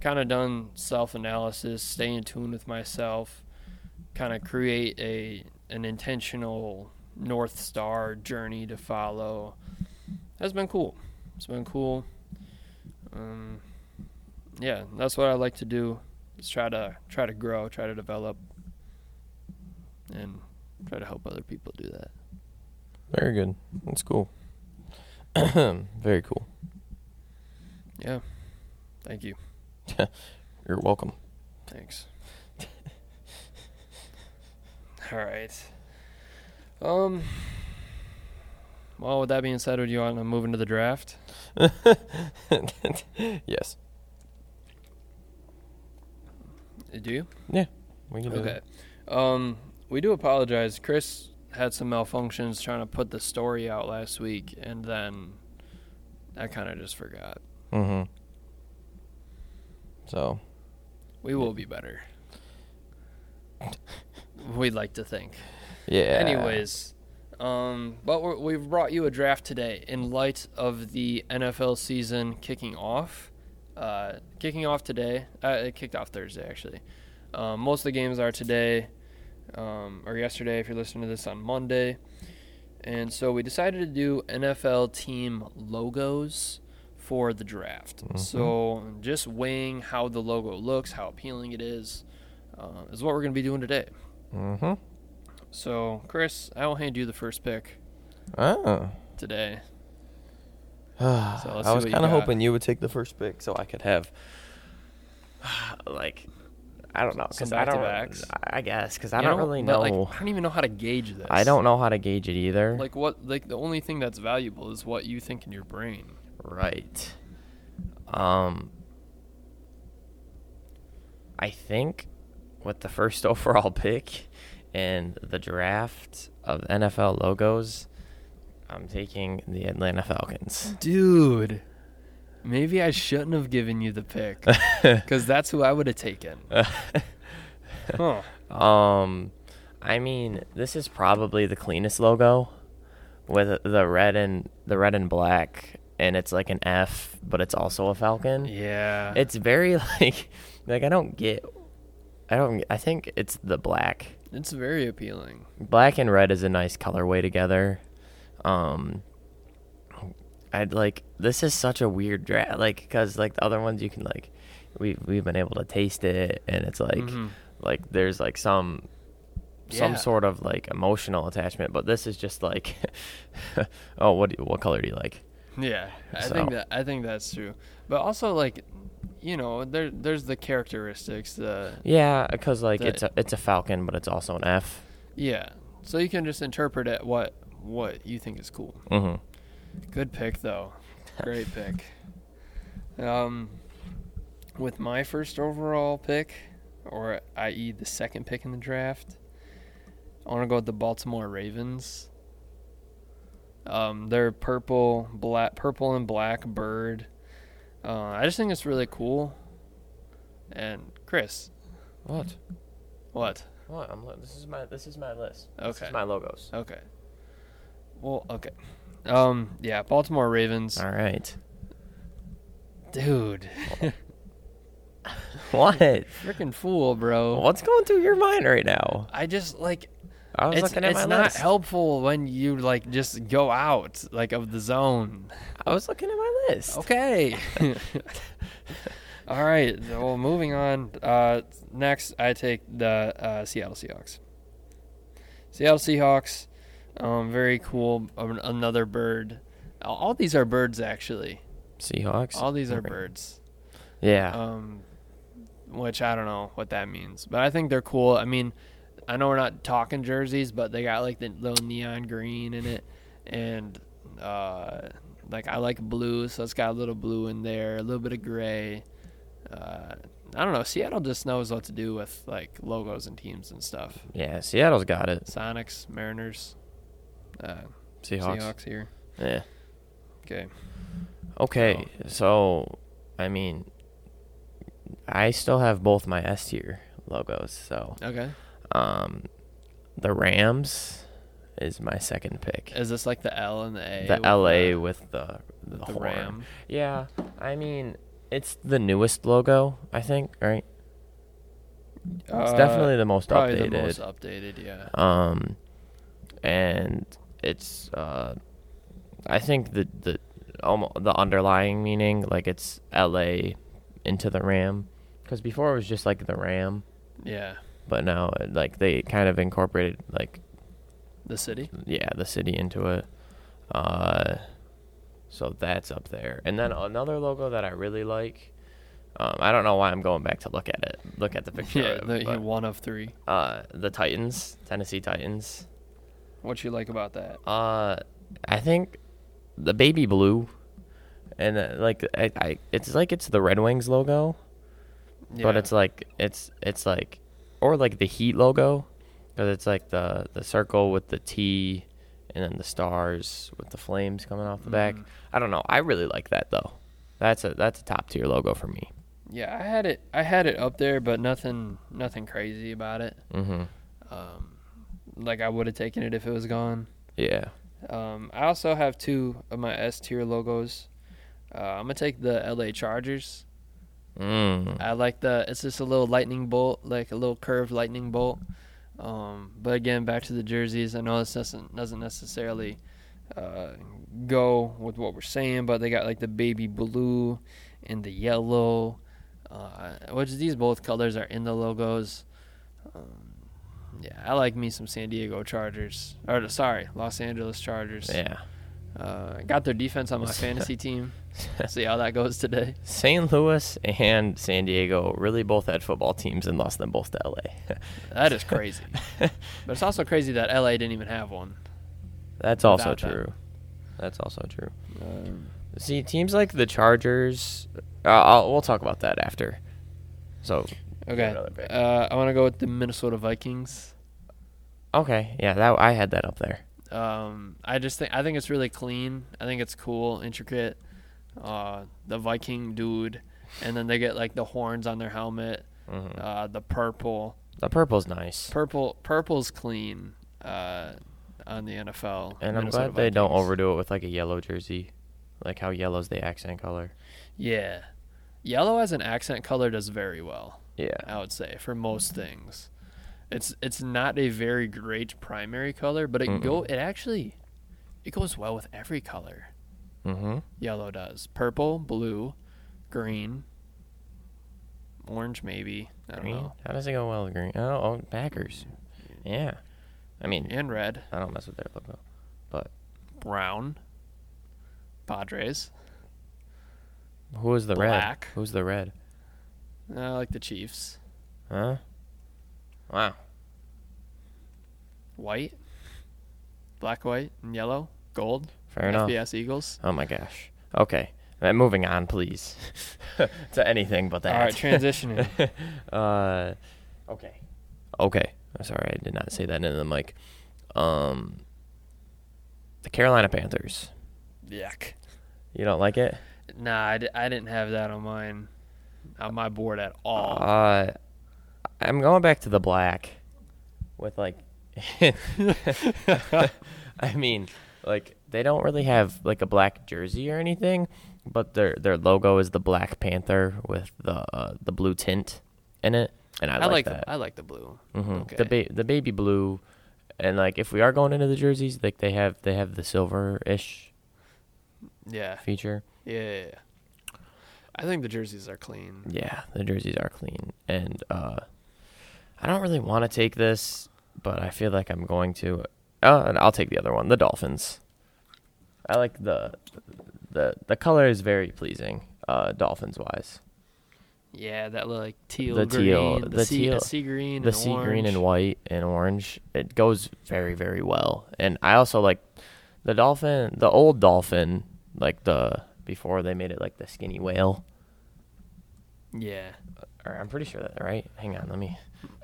Speaker 1: kind of done self analysis, stay in tune with myself, kind of create a an intentional north star journey to follow. That's been cool. It's been cool. Um, yeah, that's what I like to do. Is try to try to grow, try to develop, and try to help other people do that.
Speaker 2: Very good. That's cool. Very cool.
Speaker 1: Yeah. Thank you.
Speaker 2: You're welcome.
Speaker 1: Thanks. All right. Um. Well, with that being said, would you want to move into the draft?
Speaker 2: yes.
Speaker 1: Uh, Do you?
Speaker 2: We can do
Speaker 1: Okay.
Speaker 2: that.
Speaker 1: Um, we do apologize. Chris had some malfunctions trying to put the story out last week, and then I kind of just forgot.
Speaker 2: Mm-hmm. So
Speaker 1: We will be better. We'd like to think.
Speaker 2: yeah.
Speaker 1: Anyways, um, but we're, we've brought you a draft today in light of the NFL season kicking off. Uh, kicking off today. Uh, it kicked off Thursday, actually. Um, most of the games are today um, or yesterday if you're listening to this on Monday. And so we decided to do NFL team logos for the draft. So just weighing how the logo looks, how appealing it is, uh, is what we're going to be doing today.
Speaker 2: Mm-hmm.
Speaker 1: So, Chris, I will hand you the first pick
Speaker 2: Oh.
Speaker 1: today. let's
Speaker 2: I
Speaker 1: see
Speaker 2: was
Speaker 1: what you
Speaker 2: kind of
Speaker 1: got.
Speaker 2: hoping you would take the first pick so I could have, like, I don't know,
Speaker 1: Some
Speaker 2: because I don't.
Speaker 1: back-to-backs?
Speaker 2: I guess because I
Speaker 1: You
Speaker 2: don't really
Speaker 1: but,
Speaker 2: know.
Speaker 1: like, I don't even know how to gauge this.
Speaker 2: I don't know how to gauge it either.
Speaker 1: Like what? Like the only thing that's valuable is what you think in your brain.
Speaker 2: right. Um. I think with the first overall pick and the draft of NFL logos, I'm taking the Atlanta Falcons.
Speaker 1: Dude, maybe I shouldn't have given you the pick because that's who I would have taken. Huh.
Speaker 2: Um, I mean, this is probably the cleanest logo with the red and the red and black, and it's like an F, but it's also a falcon.
Speaker 1: Yeah.
Speaker 2: It's very like, like I don't get, I don't. I think it's the black,
Speaker 1: it's very appealing.
Speaker 2: black and red is a nice colorway together. Um, I'd like this is such a weird draft, like because like the other ones you can like, we we've been able to taste it, and it's like
Speaker 1: Mhm.
Speaker 2: like there's like some some
Speaker 1: Yeah.
Speaker 2: sort of like emotional attachment, but this is just like, oh, what do you, what color do you like?
Speaker 1: Yeah, I
Speaker 2: So-
Speaker 1: think that I think that's true. But also, like, you know, there there's the characteristics. The
Speaker 2: Yeah, because like
Speaker 1: The-
Speaker 2: it's a it's a falcon, but it's also an F.
Speaker 1: yeah. So you can just interpret it what what you think is cool.
Speaker 2: Mm-hmm.
Speaker 1: Good pick, though. Great pick. Um, with my first overall pick, or i.e., the second pick in the draft, I want to go with the Baltimore Ravens. Um, their purple, black, purple and black bird. Uh, I just think it's really cool. And Chris,
Speaker 2: What?
Speaker 1: what?
Speaker 2: What? I'm this is my this is my list.
Speaker 1: This is Okay.
Speaker 2: my logos.
Speaker 1: Okay. Well, okay. Um, yeah, Baltimore Ravens,
Speaker 2: All right.
Speaker 1: dude.
Speaker 2: What?
Speaker 1: Freaking fool, bro.
Speaker 2: What's going through your mind right now?
Speaker 1: I just like
Speaker 2: I was
Speaker 1: it's,
Speaker 2: looking at
Speaker 1: it's
Speaker 2: my
Speaker 1: not
Speaker 2: list.
Speaker 1: helpful when you like just go out like of the zone.
Speaker 2: I was looking at my list.
Speaker 1: Okay. All right. Well, moving on. Uh, next, I take the uh, Seattle Seahawks. Seattle Seahawks, um, very cool. Um, another bird. all- all these are birds actually.
Speaker 2: Seahawks.
Speaker 1: All these are
Speaker 2: Okay.
Speaker 1: birds.
Speaker 2: Yeah.
Speaker 1: Um, which I don't know what that means, but I think they're cool. I mean, I know we're not talking jerseys, but they got like the little neon green in it, and uh, like I like blue, so it's got a little blue in there, a little bit of gray. Uh, I don't know. Seattle just knows what to do with like logos and teams and stuff.
Speaker 2: yeah. Seattle's got it.
Speaker 1: Sonics, Mariners, uh,
Speaker 2: Seahawks.
Speaker 1: Seahawks here.
Speaker 2: Yeah.
Speaker 1: Okay.
Speaker 2: Okay. So, I mean, I still have both my S tier logos. So,
Speaker 1: Okay.
Speaker 2: um, the Rams is my second pick.
Speaker 1: Is this like the L and the A?
Speaker 2: the
Speaker 1: with
Speaker 2: LA with the the,
Speaker 1: the
Speaker 2: horn.
Speaker 1: ram.
Speaker 2: Yeah, I mean it's the newest logo, I think, right? it's
Speaker 1: Uh,
Speaker 2: definitely the most
Speaker 1: probably
Speaker 2: updated.
Speaker 1: the most updated. Yeah.
Speaker 2: um, and it's uh, I think the the almost the underlying meaning like it's LA into the Ram, because before it was just like the Ram,
Speaker 1: Yeah.
Speaker 2: but now like they kind of incorporated like
Speaker 1: The city.
Speaker 2: yeah, the city into it. Uh, so that's up there. And
Speaker 1: Hmm.
Speaker 2: then another logo that I really like. Um, I don't know why I'm going back to look at it. Look at the picture.
Speaker 1: Yeah.
Speaker 2: of
Speaker 1: The,
Speaker 2: it, but,
Speaker 1: one of three.
Speaker 2: uh, the Titans, Tennessee Titans.
Speaker 1: What you like about that?
Speaker 2: Uh, I think the baby blue, and uh, like I, I, it's like it's the Red Wings logo, but
Speaker 1: Yeah.
Speaker 2: it's like it's it's like, or like the Heat logo, because it's like the the circle with the T, and then the stars with the flames coming off the back.
Speaker 1: Mhm.
Speaker 2: I don't know. I really like that though. That's a that's a top tier logo for me.
Speaker 1: yeah. I had it. I had it up there, but nothing. Nothing crazy about it.
Speaker 2: Mm-hmm.
Speaker 1: Um, like I would have taken it if it was gone.
Speaker 2: Yeah.
Speaker 1: Um, I also have two of my S tier logos. Uh, I'm gonna take the LA Chargers.
Speaker 2: Mm.
Speaker 1: I like the it's just a little lightning bolt, like a little curved lightning bolt. Um, but again, back to the jerseys. I know this doesn't doesn't necessarily uh, go with what we're saying, but they got like the baby blue and the yellow, uh, which these both colors are in the logos. Um, yeah, I like me some San Diego Chargers, or sorry, Los Angeles Chargers.
Speaker 2: Yeah.
Speaker 1: Uh, got their defense on my fantasy team. See how that goes today.
Speaker 2: St. Louis and San Diego really both had football teams and lost them both to LA.
Speaker 1: That is crazy. But it's also crazy that LA didn't even have one.
Speaker 2: That's also
Speaker 1: Without them.
Speaker 2: true. That's also true.
Speaker 1: Um,
Speaker 2: See, teams like the Chargers, uh, I'll, we'll talk about that after. So,
Speaker 1: okay.
Speaker 2: another pick.
Speaker 1: Uh, I want to go with the Minnesota Vikings.
Speaker 2: okay, yeah, that I had that up there.
Speaker 1: Um, I just think I think it's really clean. I think it's cool, intricate. Uh, the Viking dude, and then they get like the horns on their helmet.
Speaker 2: Mhm.
Speaker 1: Uh, the purple,
Speaker 2: The purple's nice,
Speaker 1: purple, purple's clean. Uh, on the NFL.
Speaker 2: and I'm
Speaker 1: Minnesota
Speaker 2: glad they don't
Speaker 1: Vikings.
Speaker 2: overdo it with like a yellow jersey, like how yellow's the accent color.
Speaker 1: Yeah, yellow as an accent color does very well.
Speaker 2: Yeah,
Speaker 1: I would say for most things. It's it's not a very great primary color, but it go it actually it goes well with every color.
Speaker 2: mm-hmm.
Speaker 1: Yellow does. Purple, blue, green, orange maybe. I don't
Speaker 2: Green.
Speaker 1: know.
Speaker 2: How does it go well with green? Oh, oh, Packers. Yeah, I mean,
Speaker 1: And red,
Speaker 2: I don't mess with their logo, but
Speaker 1: brown, Padres.
Speaker 2: who is the
Speaker 1: Black.
Speaker 2: red? Who's the red?
Speaker 1: I like the Chiefs.
Speaker 2: Huh? Wow.
Speaker 1: White, black, white, and yellow, gold.
Speaker 2: Fair enough.
Speaker 1: FBS Eagles.
Speaker 2: Oh my gosh. Okay. Uh, moving on, please, to anything but that.
Speaker 1: All right, transitioning.
Speaker 2: uh, okay. Okay. I'm sorry, I did not say that into the mic. Um, the Carolina Panthers.
Speaker 1: Yuck.
Speaker 2: You don't like it?
Speaker 1: Nah, I, d- I didn't have that on mine, on my board at all.
Speaker 2: Uh, I'm going back to the black, with like, I mean, like they don't really have like a black jersey or anything, but their their logo is the Black Panther with the uh, the blue tint in it, and I,
Speaker 1: I,
Speaker 2: like,
Speaker 1: like
Speaker 2: that.
Speaker 1: the I like the blue.
Speaker 2: Mhm.
Speaker 1: Okay.
Speaker 2: The ba- the baby blue, and like if we are going into the jerseys, like they have they have the silver ish
Speaker 1: yeah.
Speaker 2: feature.
Speaker 1: yeah, yeah, yeah. I think the jerseys are clean.
Speaker 2: Yeah, the jerseys are clean, and uh, I don't really want to take this, but I feel like I'm going to. Uh, and I'll take the other one, the Dolphins. I like the the the color is very pleasing, uh, dolphins wise.
Speaker 1: Yeah, that little, like teal,
Speaker 2: The teal-
Speaker 1: green, the,
Speaker 2: the
Speaker 1: sea,
Speaker 2: teal-
Speaker 1: a sea green,
Speaker 2: the
Speaker 1: and
Speaker 2: sea
Speaker 1: orange.
Speaker 2: green and white and orange it goes very very well and i also like the dolphin the old dolphin like the before they made it like the skinny whale
Speaker 1: Yeah.
Speaker 2: or i'm pretty sure that right hang on let me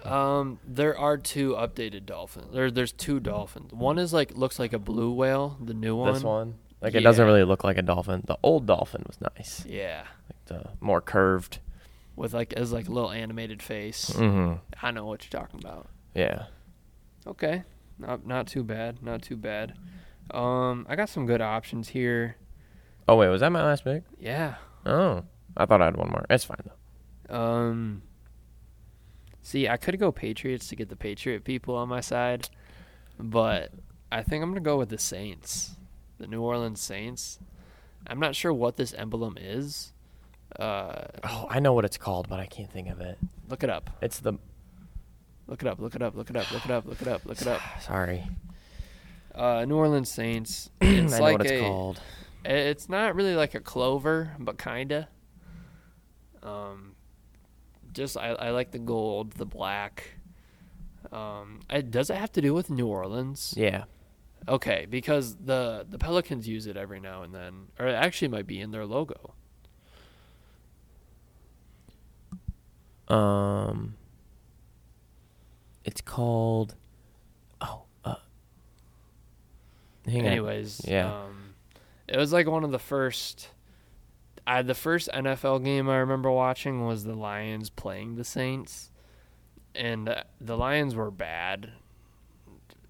Speaker 1: Um, there are two updated dolphins. There, there's two dolphins. One is like looks like a blue whale, the new one.
Speaker 2: this one like it doesn't
Speaker 1: Yeah.
Speaker 2: really look like a dolphin the old dolphin was nice
Speaker 1: Yeah,
Speaker 2: like the more curved
Speaker 1: with like as like a little animated face.
Speaker 2: mm-hmm.
Speaker 1: I know what you're talking about.
Speaker 2: yeah
Speaker 1: Okay, not not too bad, not too bad. Um, I got some good options here.
Speaker 2: oh wait was that my last pick
Speaker 1: Yeah.
Speaker 2: oh i thought i had one more it's fine though
Speaker 1: Um. See, I could go Patriots to get the Patriot people on my side, but I think I'm gonna go with the Saints, the New Orleans Saints. I'm not sure what this emblem is. Uh,
Speaker 2: oh i know what it's called but i can't think of it
Speaker 1: look it up.
Speaker 2: it's the
Speaker 1: Look it up. Look it up. Look it up. Look it up. Look it up. Look it up.
Speaker 2: sorry
Speaker 1: Uh, New Orleans Saints.
Speaker 2: i
Speaker 1: It's
Speaker 2: know
Speaker 1: like
Speaker 2: what it's
Speaker 1: a-
Speaker 2: called
Speaker 1: It's not really like a clover, but kinda. Um, just I, I like the gold, the black. Um, it, does it have to do with New Orleans?
Speaker 2: yeah
Speaker 1: Okay, because the the Pelicans use it every now and then, or it actually might be in their logo.
Speaker 2: Um, it's called. Oh, uh, hang on.
Speaker 1: Anyways,
Speaker 2: Yeah.
Speaker 1: um, it was like one of the first. I the first NFL game I remember watching was the Lions playing the Saints, and uh, the Lions were bad.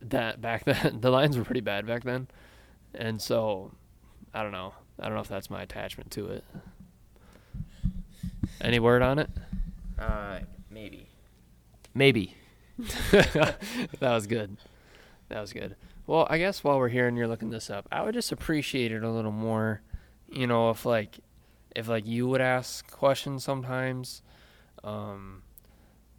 Speaker 1: That back then, the Lions were pretty bad back then, and so I don't know. I don't know if that's my attachment to it. Any word on it?
Speaker 2: Uh, maybe. Maybe.
Speaker 1: that was good. That was good. Well, I guess while we're here and you're looking this up, I would just appreciate it a little more, you know, if like if like you would ask questions sometimes. Um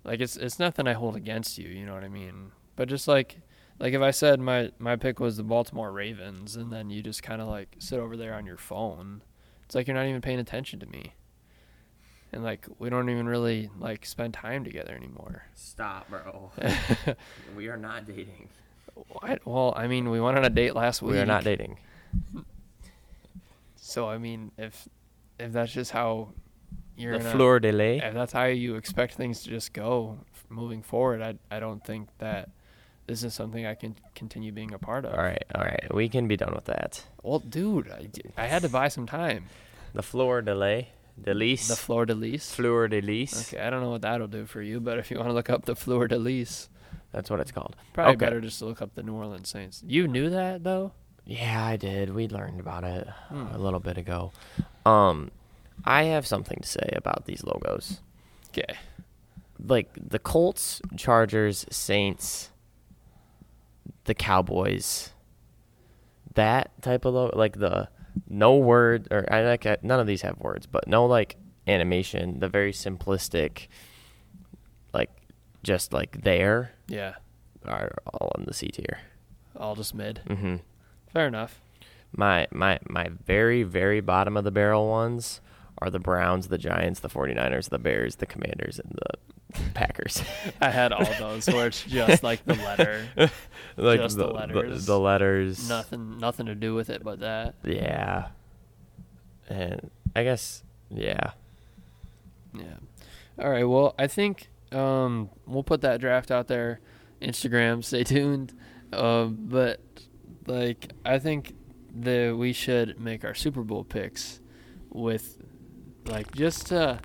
Speaker 1: like it's it's nothing I hold against you, you know what I mean? But just like like if I said my my pick was the Baltimore Ravens and then you just kind of like sit over there on your phone, it's like you're not even paying attention to me. And like we don't even really like spend time together anymore.
Speaker 2: Stop, bro. we are not dating.
Speaker 1: What? Well, I mean, we went on a date last week.
Speaker 2: We are not dating.
Speaker 1: So I mean, if if that's just how you're
Speaker 2: the
Speaker 1: gonna,
Speaker 2: fleur de lis.
Speaker 1: if that's how you expect things to just go f- moving forward, I I don't think that this is something I can continue being a part of.
Speaker 2: All right, all right. We can be done with that.
Speaker 1: Well, dude, I, d- I had to buy some time.
Speaker 2: The fleur de lis. De lis.
Speaker 1: The fleur de lis.
Speaker 2: fleur de lis.
Speaker 1: Okay, I don't know what that'll do for you, but if you want to look up the fleur de lis,
Speaker 2: That's what it's called.
Speaker 1: probably
Speaker 2: Okay.
Speaker 1: better just to look up the New Orleans Saints. You knew that though.
Speaker 2: Yeah, I did. We learned about it
Speaker 1: Hmm.
Speaker 2: a little bit ago. Um, I have something to say about these logos.
Speaker 1: Okay.
Speaker 2: like the Colts, Chargers, Saints, the Cowboys, that type of logo, like the no word or I like I- none of these have words, but no like animation, the very simplistic, like just like there
Speaker 1: Yeah.
Speaker 2: are all in the C tier.
Speaker 1: All just mid.
Speaker 2: Mm-hmm.
Speaker 1: Fair enough.
Speaker 2: My my my very very bottom of the barrel ones are the Browns, the Giants, the 49ers, the Bears, the Commanders, and the Packers.
Speaker 1: I had all those where it's just like the letter.
Speaker 2: like
Speaker 1: Just the
Speaker 2: the,
Speaker 1: letters.
Speaker 2: The, letters.
Speaker 1: nothing nothing to do with it but that.
Speaker 2: Yeah. And I guess yeah.
Speaker 1: Yeah. All right. Well, I think um, we'll put that draft out there. Instagram, stay tuned. Uh, but like, I think that we should make our Super Bowl picks with like just to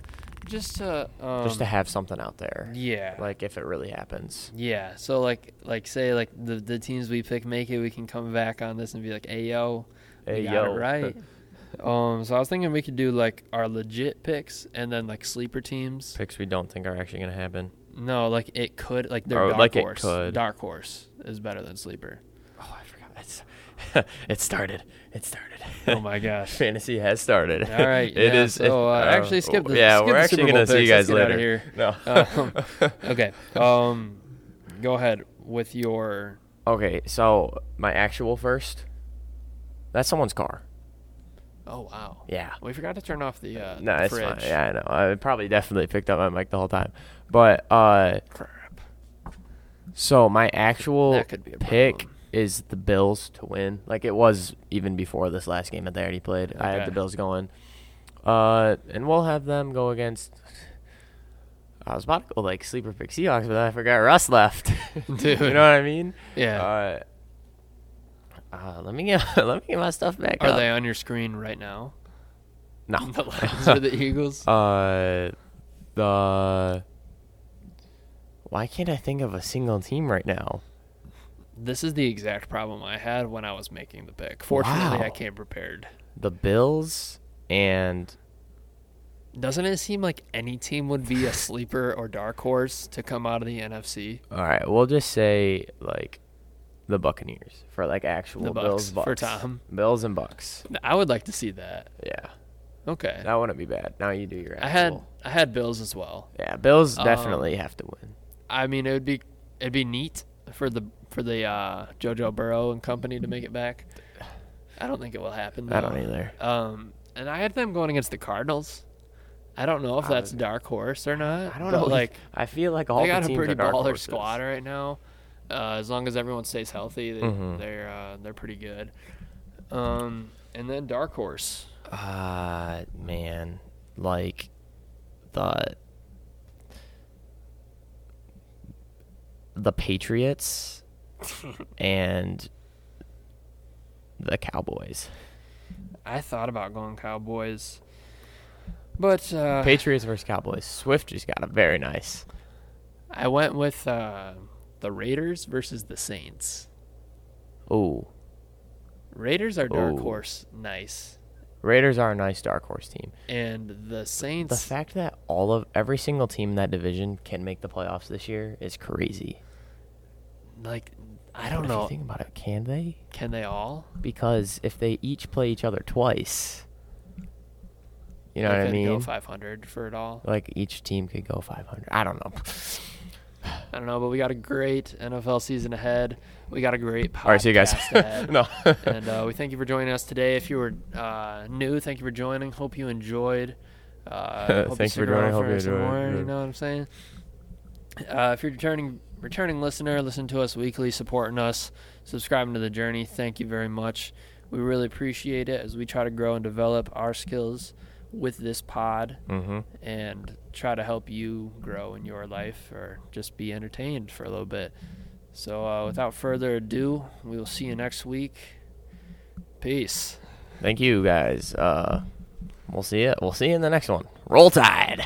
Speaker 1: just to um,
Speaker 2: Just to have something out there.
Speaker 1: yeah
Speaker 2: Like if it really happens.
Speaker 1: Yeah. So like like say like the the teams we pick make it, we can come back on this and be like, hey yo, we
Speaker 2: Hey,
Speaker 1: got
Speaker 2: yo."
Speaker 1: it right. um. So I was thinking we could do like our legit picks and then like sleeper teams.
Speaker 2: Picks we don't think are actually gonna happen.
Speaker 1: No, like it could like they're
Speaker 2: Or,
Speaker 1: dark
Speaker 2: Oh, like, it
Speaker 1: horse.
Speaker 2: could.
Speaker 1: Dark horse is better than sleeper.
Speaker 2: Oh, I forgot. It's it started. It started.
Speaker 1: Oh my gosh.
Speaker 2: Fantasy has started.
Speaker 1: All right,
Speaker 2: It
Speaker 1: yeah,
Speaker 2: is.
Speaker 1: so, uh,
Speaker 2: oh,
Speaker 1: actually skip the-
Speaker 2: Yeah,
Speaker 1: skip
Speaker 2: we're
Speaker 1: the
Speaker 2: actually
Speaker 1: Super Bowl
Speaker 2: gonna see you
Speaker 1: picks. Let's
Speaker 2: guys
Speaker 1: get outta
Speaker 2: later.
Speaker 1: here.
Speaker 2: No.
Speaker 1: Um, okay. Um. Go ahead with your
Speaker 2: Okay, so my actual first That's someone's car.
Speaker 1: Oh wow.
Speaker 2: Yeah.
Speaker 1: We forgot to turn off the uh,
Speaker 2: No,
Speaker 1: the
Speaker 2: it's
Speaker 1: fridge.
Speaker 2: fine. Yeah, I know. I probably definitely picked up my mic the whole time. But uh
Speaker 1: Crap.
Speaker 2: so my actual
Speaker 1: That could be a
Speaker 2: pick
Speaker 1: problem.
Speaker 2: is the Bills to win. Like it was even before this last game that they already played. I have
Speaker 1: Okay.
Speaker 2: the Bills going. Uh and we'll have them go against I was about to go like sleeper pick Seahawks, but then I forgot Russ left.
Speaker 1: Dude.
Speaker 2: you know what I mean?
Speaker 1: Yeah.
Speaker 2: Uh, uh, let me get let me get my stuff back
Speaker 1: Are
Speaker 2: up.
Speaker 1: they on your screen right now?
Speaker 2: No.
Speaker 1: The Lions or the Eagles?
Speaker 2: Uh, the. Why can't I think of a single team right now?
Speaker 1: This is the exact problem I had when I was making the pick. Fortunately, I
Speaker 2: Wow.
Speaker 1: came prepared.
Speaker 2: The Bills and
Speaker 1: Doesn't it seem like any team would be a sleeper or dark horse to come out of the NFC?
Speaker 2: all right, we'll just say like the Buccaneers for like actual
Speaker 1: The
Speaker 2: Bills
Speaker 1: Bucks
Speaker 2: Bucks
Speaker 1: for Tom.
Speaker 2: Bills and Bucks.
Speaker 1: I would like to see that.
Speaker 2: Yeah,
Speaker 1: Okay.
Speaker 2: that wouldn't be bad. Now you do your. Actual.
Speaker 1: I had I had Bills as well.
Speaker 2: Yeah, Bills
Speaker 1: Um,
Speaker 2: definitely have to win.
Speaker 1: I mean, it would be it'd be neat for the for the uh, JoJo Burrow and company to make it back. I don't think it will happen. Though.
Speaker 2: I don't either.
Speaker 1: Um, and I had them going against the Cardinals. I don't know if
Speaker 2: I
Speaker 1: that's
Speaker 2: would-
Speaker 1: dark horse or not.
Speaker 2: I don't
Speaker 1: but,
Speaker 2: know.
Speaker 1: Like
Speaker 2: Like I feel like all
Speaker 1: they
Speaker 2: the
Speaker 1: got a
Speaker 2: teams
Speaker 1: pretty
Speaker 2: are dark
Speaker 1: baller
Speaker 2: horses.
Speaker 1: squad right now. Uh, as long as everyone stays healthy, they,
Speaker 2: Mhm.
Speaker 1: they're uh, they're pretty good. Um, and then dark horse.
Speaker 2: Ah, man, like the the Patriots and the Cowboys.
Speaker 1: I thought about going Cowboys, but uh,
Speaker 2: Patriots versus Cowboys. Swift just got a very nice.
Speaker 1: I went with uh, the Raiders versus the Saints.
Speaker 2: Ooh,
Speaker 1: Raiders are dark
Speaker 2: Ooh.
Speaker 1: horse, nice,
Speaker 2: Raiders are a nice dark horse team.
Speaker 1: and the
Speaker 2: The
Speaker 1: Saints.
Speaker 2: fact that all of every single team in that division can make the playoffs this year is crazy.
Speaker 1: like, I
Speaker 2: But
Speaker 1: don't
Speaker 2: if you
Speaker 1: know.
Speaker 2: think about it, can they?
Speaker 1: Can they all?
Speaker 2: because if they each play each other twice, you know
Speaker 1: They
Speaker 2: what I
Speaker 1: could Go
Speaker 2: mean?
Speaker 1: 500 for it all.
Speaker 2: Like each team could go 500. I don't know.
Speaker 1: I don't know, but we got a great NFL season ahead. We got a great podcast
Speaker 2: All right, see you guys.
Speaker 1: ahead.
Speaker 2: No.
Speaker 1: and uh, we thank you for joining us today. If you were uh, new, thank you for joining. Hope you enjoyed. Uh, hope
Speaker 2: Thank you
Speaker 1: stick
Speaker 2: for joining.
Speaker 1: around
Speaker 2: Hope
Speaker 1: for
Speaker 2: you
Speaker 1: some
Speaker 2: enjoyed.
Speaker 1: more, You
Speaker 2: Yeah.
Speaker 1: know what I'm saying? Uh, if you're returning returning listener, listen to us weekly, supporting us, subscribing to the journey. Thank you very much. We really appreciate it as we try to grow and develop our skills with this pod
Speaker 2: mm-hmm.
Speaker 1: and try to help you grow in your life or just be entertained for a little bit. So, uh, without further ado, we will see you next week. Peace.
Speaker 2: Thank you guys. Uh, we'll see you. We'll see you in the next one. Roll Tide.